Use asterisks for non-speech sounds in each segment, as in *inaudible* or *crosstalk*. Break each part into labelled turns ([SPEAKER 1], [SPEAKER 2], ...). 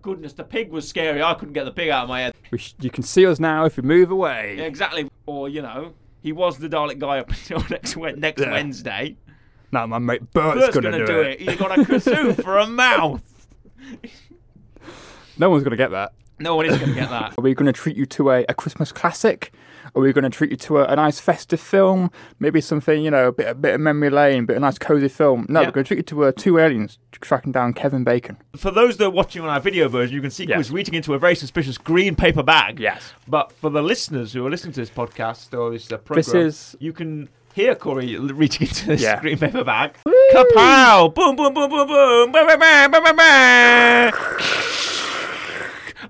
[SPEAKER 1] Goodness, the pig was scary. I couldn't get the pig out of my head.
[SPEAKER 2] We sh- you can see us now if we move away.
[SPEAKER 1] Yeah, exactly. Or, you know, he was the Dalek guy up *laughs* until next, Wed- next
[SPEAKER 2] Yeah.
[SPEAKER 1] Wednesday.
[SPEAKER 2] No, my mate Bert's,
[SPEAKER 1] Bert's
[SPEAKER 2] gonna, do, it.
[SPEAKER 1] He's got a *laughs* kazoo for a mouth.
[SPEAKER 2] No one's gonna get that.
[SPEAKER 1] No one is going to get that.
[SPEAKER 2] Are we going to treat you to a, a Christmas classic? Are we going to treat you to a, a nice festive film? Maybe something, you know, a bit, a bit of memory lane, bit of nice cozy film. No,
[SPEAKER 1] Yeah.
[SPEAKER 2] we're going to treat you to uh, two aliens tracking down Kevin Bacon.
[SPEAKER 1] For those that are watching on our video version, you can see
[SPEAKER 2] Yeah.
[SPEAKER 1] Chris reaching into a very suspicious green paper bag.
[SPEAKER 2] Yes.
[SPEAKER 1] But for the listeners who are listening to this podcast or this uh, program,
[SPEAKER 2] This is-
[SPEAKER 1] you can hear Corey l- reaching into this
[SPEAKER 2] Yeah.
[SPEAKER 1] green paper bag. Kapow! Boom, boom, boom, boom, boom! Ba, ba, ba, ba, ba, ba.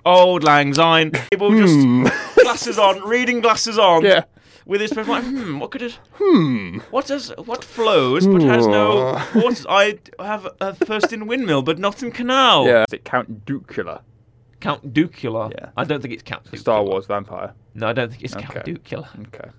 [SPEAKER 1] Old Lang Syne. People just glasses on, reading glasses on.
[SPEAKER 2] Hmm. Yeah.
[SPEAKER 1] With his paper, like, hmm, what could it? Hmm. What does what flows but has no
[SPEAKER 2] Ooh.
[SPEAKER 1] waters? I have a thirst in windmill, but not in canal.
[SPEAKER 2] Yeah. Oh, Is it Count Ducula,
[SPEAKER 1] Count Ducula.
[SPEAKER 2] Yeah.
[SPEAKER 1] I don't think it's Count Ducula.
[SPEAKER 2] Star Wars vampire?
[SPEAKER 1] No, I don't think it's Count
[SPEAKER 2] Okay.
[SPEAKER 1] Ducula.
[SPEAKER 2] Okay.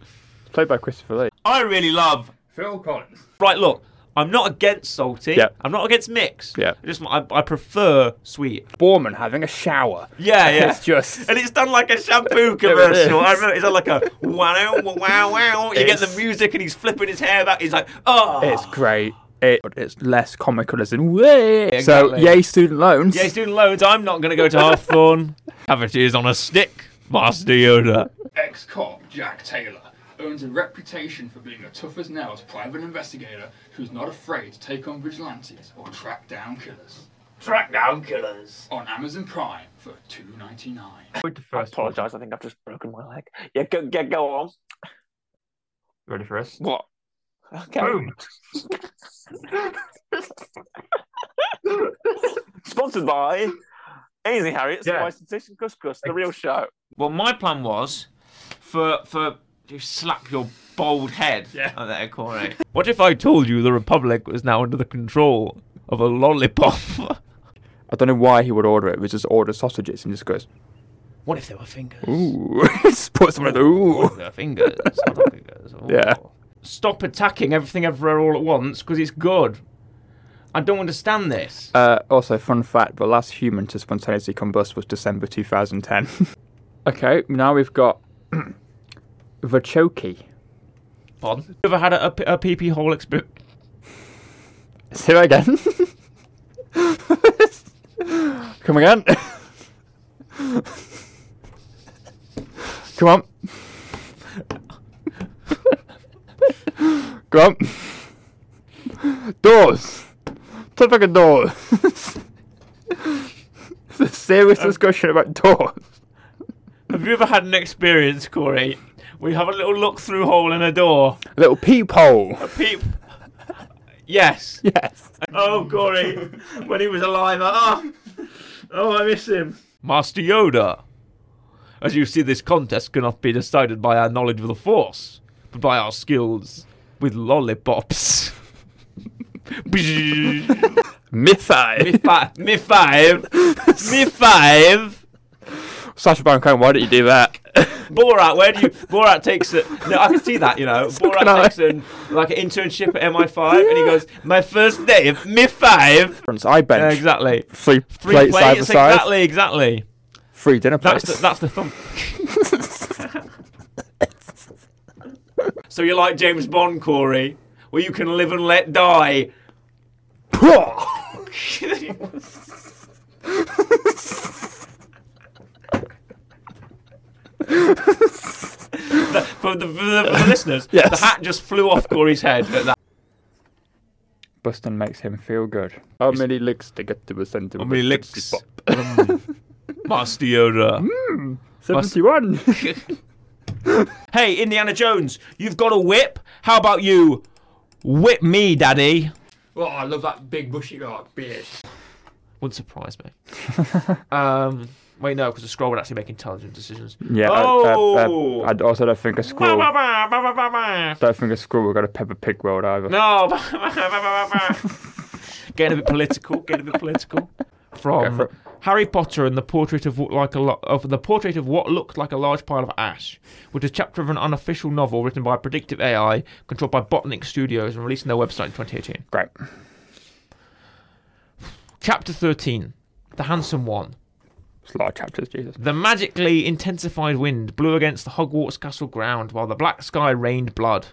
[SPEAKER 2] It's played by Christopher Lee.
[SPEAKER 1] I really love.
[SPEAKER 2] Phil Collins.
[SPEAKER 1] Right, look, I'm not against salty.
[SPEAKER 2] Yeah.
[SPEAKER 1] I'm not against mix.
[SPEAKER 2] Yeah.
[SPEAKER 1] I just I, I prefer sweet.
[SPEAKER 2] Borman having a shower.
[SPEAKER 1] Yeah, yeah.
[SPEAKER 2] It's *laughs* just.
[SPEAKER 1] And it's done like a
[SPEAKER 2] *laughs*
[SPEAKER 1] shampoo
[SPEAKER 2] is.
[SPEAKER 1] commercial. I remember it's done like a wow, wow, wow, wow. You get
[SPEAKER 2] It's-
[SPEAKER 1] the music and he's flipping his hair back. He's like, oh.
[SPEAKER 3] Ah.
[SPEAKER 2] It's great. It, it's less comical as in way. So,
[SPEAKER 1] Exactly.
[SPEAKER 2] yay, student loans.
[SPEAKER 1] yeah, he's doing loads. I'm not going to go to Hawthorne. Cabbages on a stick. Master Yoda.
[SPEAKER 3] Ex cop Jack Taylor owns a reputation for being a tough as nails private investigator who's not afraid to take on vigilantes or track down killers.
[SPEAKER 4] Track down killers.
[SPEAKER 3] On Amazon Prime for two ninety nine.
[SPEAKER 4] I apologise. I think I've just broken my leg. Yeah, go, yeah, go on.
[SPEAKER 5] Ready for us?
[SPEAKER 4] What? Okay.
[SPEAKER 5] Boom!
[SPEAKER 4] Sponsored by Easy Harriet,
[SPEAKER 5] Yeah.
[SPEAKER 4] Spice and Fish and Couscous, the real show.
[SPEAKER 1] Well, my plan was for for to slap your bald head at that Corey. *laughs* What if I told you the Republic was now under the control of a lollipop? *laughs*
[SPEAKER 2] I don't know why he would order it. We just order sausages and just goes,
[SPEAKER 1] what if there were fingers?
[SPEAKER 2] ooh. *laughs* just puts one of the ooh.
[SPEAKER 1] What if there were fingers? Other *laughs* fingers. Ooh.
[SPEAKER 2] Yeah.
[SPEAKER 1] Stop attacking everything everywhere all at once because it's good. I don't understand this.
[SPEAKER 2] Uh, also, fun fact: the last human to spontaneously combust was December *laughs* 2010. okay, now we've got *clears throat* the choky.
[SPEAKER 1] Pardon? You ever had a, a, p- a pee pee hole experience?
[SPEAKER 2] Say that again. *laughs* Come again. Come on. Come on. Doors. Talk about *laughs* doors. it's a serious discussion about doors.
[SPEAKER 1] Have you ever had an experience, Corey? We have a little look through hole in a door.
[SPEAKER 2] A little peephole.
[SPEAKER 1] Peep. Yes.
[SPEAKER 2] *laughs* Yes.
[SPEAKER 1] Oh, Corey, when he was alive. Oh, oh, I miss him. Master Yoda. As you see, this contest cannot be decided by our knowledge of the Force, but by our skills with lollipops. *laughs* me
[SPEAKER 2] Mythi.
[SPEAKER 1] five. Me five. Me five.
[SPEAKER 2] Sasha Baron Cohen, why don't you do that?
[SPEAKER 1] Borat, where do you? Borat takes it. No, I can see that. You know,
[SPEAKER 2] can
[SPEAKER 1] Borat
[SPEAKER 2] I.
[SPEAKER 1] takes an, like an internship at MI5, and he goes, "My first day of Me five.
[SPEAKER 2] I bench
[SPEAKER 1] Yeah, exactly.
[SPEAKER 2] three,
[SPEAKER 1] Three
[SPEAKER 2] plates, side by
[SPEAKER 1] plates,
[SPEAKER 2] side,
[SPEAKER 1] exactly, exactly.
[SPEAKER 2] three dinner
[SPEAKER 1] That's
[SPEAKER 2] plates.
[SPEAKER 1] the, that's the thumb. so you're like James Bond, Corey, where you can live and let die.
[SPEAKER 2] *laughs*
[SPEAKER 1] For the, for the, for the listeners,
[SPEAKER 2] Yes.
[SPEAKER 1] the hat just flew off Corey's head at that.
[SPEAKER 2] Bustin makes him feel good. How many licks to get to the centre? How
[SPEAKER 1] Um, Master Yoda.
[SPEAKER 2] Seventy-one.
[SPEAKER 1] Hey, Indiana Jones, you've got a whip. How about you whip me, Daddy?
[SPEAKER 3] Oh, I love that big bushy dog beard.
[SPEAKER 1] Wouldn't surprise me. *laughs* um, wait, no, because the scroll would actually make intelligent decisions.
[SPEAKER 2] *laughs* yeah. I-
[SPEAKER 1] Oh.
[SPEAKER 2] I, I, I also don't think a
[SPEAKER 1] Ba,
[SPEAKER 2] squirrel.
[SPEAKER 1] ba, ba, ba, ba, ba, ba.
[SPEAKER 2] Don't think a squirrel got a pepper pig world either.
[SPEAKER 1] No. *laughs* ba, ba, ba, ba, ba, ba. getting a bit political. Getting a bit political. From
[SPEAKER 2] Go for it.
[SPEAKER 1] Harry Potter and the portrait of what like a lo- of the portrait of what looked like a large pile of ash, which is a chapter of an unofficial novel written by Predictive AI, controlled by Botanic Studios, and released on their website in 2018.
[SPEAKER 2] Great.
[SPEAKER 1] Chapter 13 the handsome one.
[SPEAKER 2] It's a lot of chapters, Jesus.
[SPEAKER 1] The magically intensified wind blew against the Hogwarts castle ground while the black sky rained blood.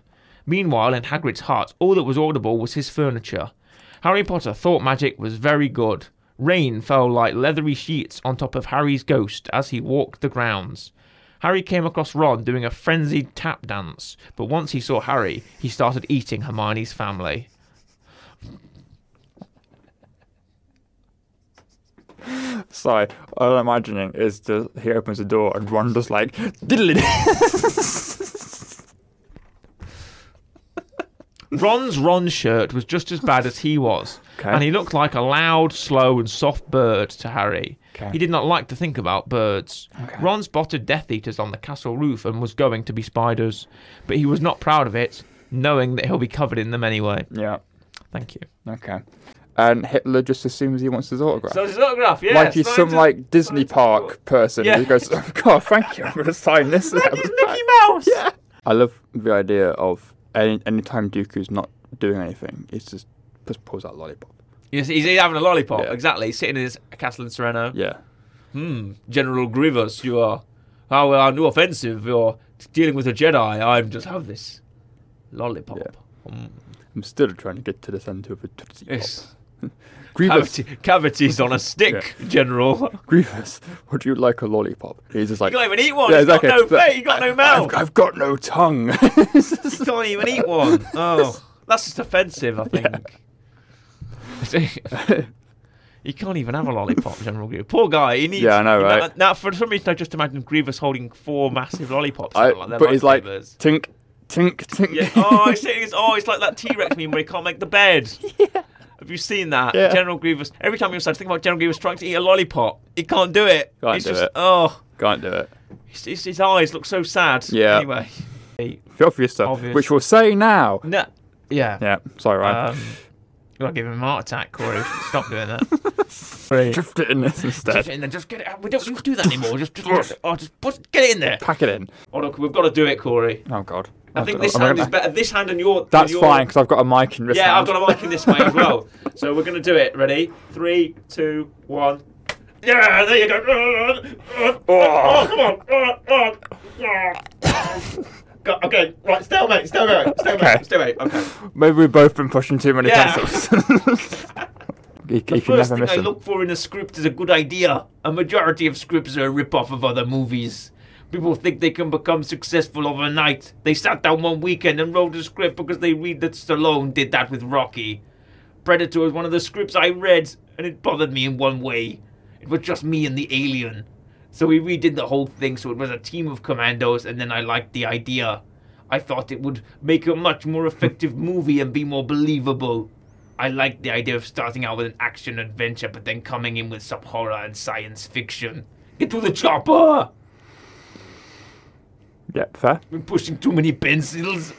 [SPEAKER 1] Meanwhile, in Hagrid's heart, all that was audible was his furniture. Harry Potter thought magic was very good. Rain fell like leathery sheets on top of Harry's ghost as he walked the grounds. Harry came across Ron doing a frenzied tap dance, but once he saw Harry, he started eating Hermione's family.
[SPEAKER 2] Sorry, all I'm imagining is the, he opens the door and Ron just like diddly.
[SPEAKER 1] Ron's Ron shirt was just as bad as he was,
[SPEAKER 2] Okay.
[SPEAKER 1] and he looked like a loud, slow, and soft bird to Harry.
[SPEAKER 2] Okay.
[SPEAKER 1] He did not like to think about birds. Ron spotted Death Eaters on the castle roof and was going to be spiders, but he was not proud of it, knowing that he'll be covered in them anyway.
[SPEAKER 2] yeah.
[SPEAKER 1] Thank you.
[SPEAKER 2] Okay. And Hitler just assumes he wants his autograph.
[SPEAKER 1] So his autograph, yeah.
[SPEAKER 2] like he's
[SPEAKER 1] signed
[SPEAKER 2] some
[SPEAKER 1] his-
[SPEAKER 2] like Disney Park person
[SPEAKER 1] Yeah.
[SPEAKER 2] who goes, oh, God, thank you, I'm gonna sign this.
[SPEAKER 1] That is Mickey Mouse.
[SPEAKER 2] I love the idea of any anytime Dooku's not doing anything, he's just just pulls out lollipop.
[SPEAKER 1] Yes, he's, he's having a lollipop.
[SPEAKER 2] Yeah.
[SPEAKER 1] Exactly. He's sitting in his castle in Sereno.
[SPEAKER 2] Yeah.
[SPEAKER 1] Hmm. General Grievous, you are. How our new offensive. You're dealing with a Jedi. I'm just have this lollipop. Mm.
[SPEAKER 2] I'm still trying to get to the centre of a Tootsie Pop.
[SPEAKER 1] Yes.
[SPEAKER 2] Grievous,
[SPEAKER 1] Cavity, cavities on a stick,
[SPEAKER 2] *laughs*
[SPEAKER 1] General.
[SPEAKER 2] Grievous, would you like a lollipop? He's just like,
[SPEAKER 1] You can't even eat one.
[SPEAKER 2] Yeah,
[SPEAKER 1] It's
[SPEAKER 2] exactly.
[SPEAKER 1] got no
[SPEAKER 2] But
[SPEAKER 1] face. You got no mouth.
[SPEAKER 2] I've, I've got no tongue. *laughs*
[SPEAKER 1] You can't even eat one. Oh, that's just offensive. I think. *laughs* you can't even have a lollipop, General Grievous. Poor guy. He needs.
[SPEAKER 2] Yeah, I know,
[SPEAKER 1] you
[SPEAKER 2] right?
[SPEAKER 1] Now, for some reason, I just imagine Grievous holding four massive lollipops.
[SPEAKER 2] I,
[SPEAKER 1] like they're
[SPEAKER 2] but he's like,
[SPEAKER 1] lightsabers.
[SPEAKER 2] tink, tink, tink.
[SPEAKER 1] Yeah. Oh, I see. It's, oh, it's like that T Rex meme where he can't make the
[SPEAKER 2] *laughs*
[SPEAKER 1] bed. Have you seen that?
[SPEAKER 2] Yeah.
[SPEAKER 1] General Grievous. Every time you're sad, think about General Grievous trying to eat a lollipop. He can't do it.
[SPEAKER 2] Can't
[SPEAKER 1] it's
[SPEAKER 2] do
[SPEAKER 1] just,
[SPEAKER 2] it.
[SPEAKER 1] oh,
[SPEAKER 2] *laughs* Can't do it.
[SPEAKER 1] his, his, his eyes look so sad.
[SPEAKER 2] Yeah.
[SPEAKER 1] Anyway.
[SPEAKER 2] The obvious stuff,
[SPEAKER 1] Obvious.
[SPEAKER 2] which we'll say now.
[SPEAKER 1] No. Yeah.
[SPEAKER 2] Yeah, sorry, Ryan.
[SPEAKER 1] Um, you gotta give him a heart attack, Corey. Stop doing *laughs* that. Great.
[SPEAKER 2] *laughs* Drift it in this
[SPEAKER 1] Just,
[SPEAKER 2] instead.
[SPEAKER 1] in there, just get it out. We don't need to do that anymore. Just, just, just, oh, just put, get it in there.
[SPEAKER 2] Pack it in.
[SPEAKER 1] Oh, look, we've got to do it, Corey.
[SPEAKER 2] Oh God.
[SPEAKER 1] I think this
[SPEAKER 2] I'm
[SPEAKER 1] hand
[SPEAKER 2] gonna-
[SPEAKER 1] is better. This hand and your.
[SPEAKER 2] That's
[SPEAKER 1] your,
[SPEAKER 2] fine because I've got a mic in this
[SPEAKER 1] Yeah, I've
[SPEAKER 2] hand.
[SPEAKER 1] got a mic in this way as
[SPEAKER 2] *laughs*
[SPEAKER 1] well. So we're going to do it. Ready? Three, two, one. Yeah, there you go. *laughs* Oh, come on. Oh, oh, oh. Go- Okay, right, stalemate, stalemate, stalemate,
[SPEAKER 2] Okay.
[SPEAKER 1] stalemate. Okay.
[SPEAKER 2] Maybe we've both been pushing too many
[SPEAKER 1] Yeah.
[SPEAKER 2] pencils. *laughs* you you can
[SPEAKER 1] First
[SPEAKER 2] never
[SPEAKER 1] thing
[SPEAKER 2] miss
[SPEAKER 1] I
[SPEAKER 2] them.
[SPEAKER 1] look for in a script is a good idea. A majority of scripts are a rip-off of other movies. People think they can become successful overnight. They sat down one weekend and wrote a script because they read that Stallone did that with Rocky. Predator was one of the scripts I read, and it bothered me in one way. It was just me and the alien. So we redid the whole thing so it was a team of commandos, and then I liked the idea. I thought it would make a much more effective movie and be more believable. I liked the idea of starting out with an action adventure, but then coming in with some horror and science fiction. Get to the chopper!
[SPEAKER 2] Yeah, fair.
[SPEAKER 1] We're pushing too many pencils.